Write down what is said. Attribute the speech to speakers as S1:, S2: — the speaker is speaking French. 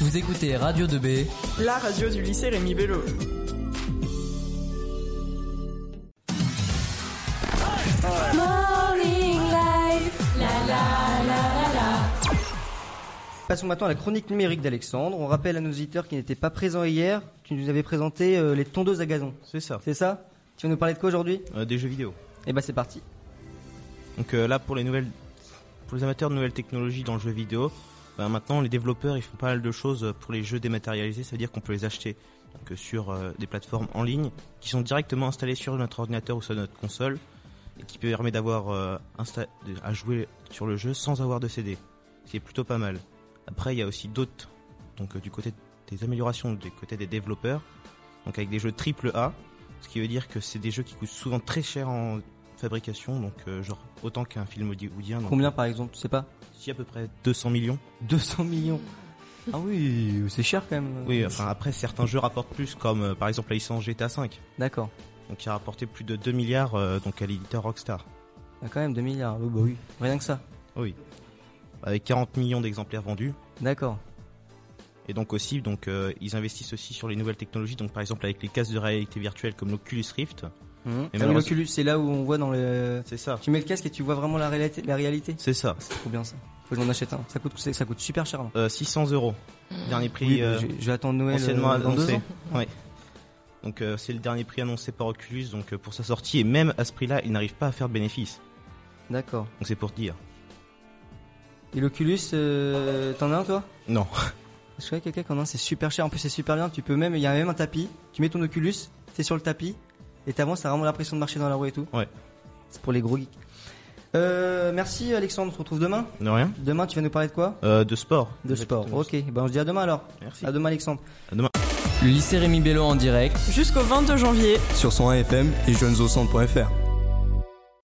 S1: Vous écoutez Radio 2B.
S2: La radio du lycée Rémi Bello.
S3: Passons maintenant à la chronique numérique d'Alexandre. On rappelle à nos auditeurs qui n'étaient pas présents hier, tu nous avais présenté euh, les tondeuses à gazon.
S4: C'est ça.
S3: C'est ça Tu vas nous parler de quoi aujourd'hui
S4: Euh, des jeux vidéo.
S3: Eh ben c'est parti.
S4: Donc euh, là, pour les nouvelles, pour les amateurs de nouvelles technologies dans le jeu vidéo, bah, maintenant les développeurs ils font pas mal de choses euh, pour les jeux dématérialisés, c'est-à-dire qu'on peut les acheter donc, euh, sur euh, des plateformes en ligne qui sont directement installées sur notre ordinateur ou sur notre console et qui permet d'avoir euh, insta- de- à jouer sur le jeu sans avoir de CD. C'est plutôt pas mal. Après, il y a aussi d'autres, donc euh, du côté des améliorations du côté des développeurs, donc avec des jeux triple A, ce qui veut dire que c'est des jeux qui coûtent souvent très cher en fabrication, donc euh, genre autant qu'un film hollywoodien. donc,
S3: Combien par exemple Tu sais pas
S4: Si à peu près 200 millions.
S3: 200 millions. Ah oui, c'est cher quand même.
S4: Oui, enfin après certains jeux rapportent plus, comme euh, par exemple la licence GTA V,
S3: D'accord.
S4: donc qui a rapporté plus de 2 milliards euh, donc à l'éditeur Rockstar.
S3: Ah, quand même 2 milliards. Oh, bah oui. Rien que ça.
S4: Oui. Avec 40 millions d'exemplaires vendus.
S3: D'accord.
S4: Et donc aussi, donc euh, ils investissent aussi sur les nouvelles technologies, donc par exemple avec les casques de réalité virtuelle comme l'Oculus Rift.
S3: Mhm. Ah oui,
S4: malheureusement-
S3: L'Oculus, c'est là où on voit dans le.
S4: C'est ça.
S3: Tu mets le casque et tu vois vraiment la réalité. La réalité.
S4: C'est ça.
S3: C'est trop bien ça. Faut que je m'en achète un. Ça coûte, ça coûte super cher. hein.
S4: Euh, 600 euros. Dernier prix.
S3: Oui, bah,
S4: euh,
S3: je, je vais attendre Noël euh,
S4: anciennement
S3: dans deux
S4: annoncé.
S3: ans.
S4: Ouais. Donc euh, c'est le dernier prix annoncé par Oculus donc euh, pour sa sortie et même à ce prix-là, il n'arrive pas à faire de bénéfice.
S3: D'accord.
S4: Donc c'est pour te dire.
S3: Et l'Oculus, euh, t'en as un toi
S4: Non.
S3: Je connais quelqu'un qui en a un, c'est super cher. En plus, c'est super bien. Tu peux même, il y a même un tapis. Tu mets ton Oculus, t'es sur le tapis, et t'avances, t'as vraiment l'impression de marcher dans la rue et tout.
S4: Ouais.
S3: C'est pour les gros geeks. Euh, merci Alexandre, on se retrouve demain.
S4: De rien.
S3: Demain, tu vas nous parler de quoi
S4: Euh, de sport.
S3: De sport. Ok, ben on se dit à demain alors.
S4: Merci.
S3: À demain Alexandre.
S1: Le lycée Rémi Bello en direct
S2: Jusqu'au 22 janvier.
S1: sur son AFM et jeunesaucentre.fr.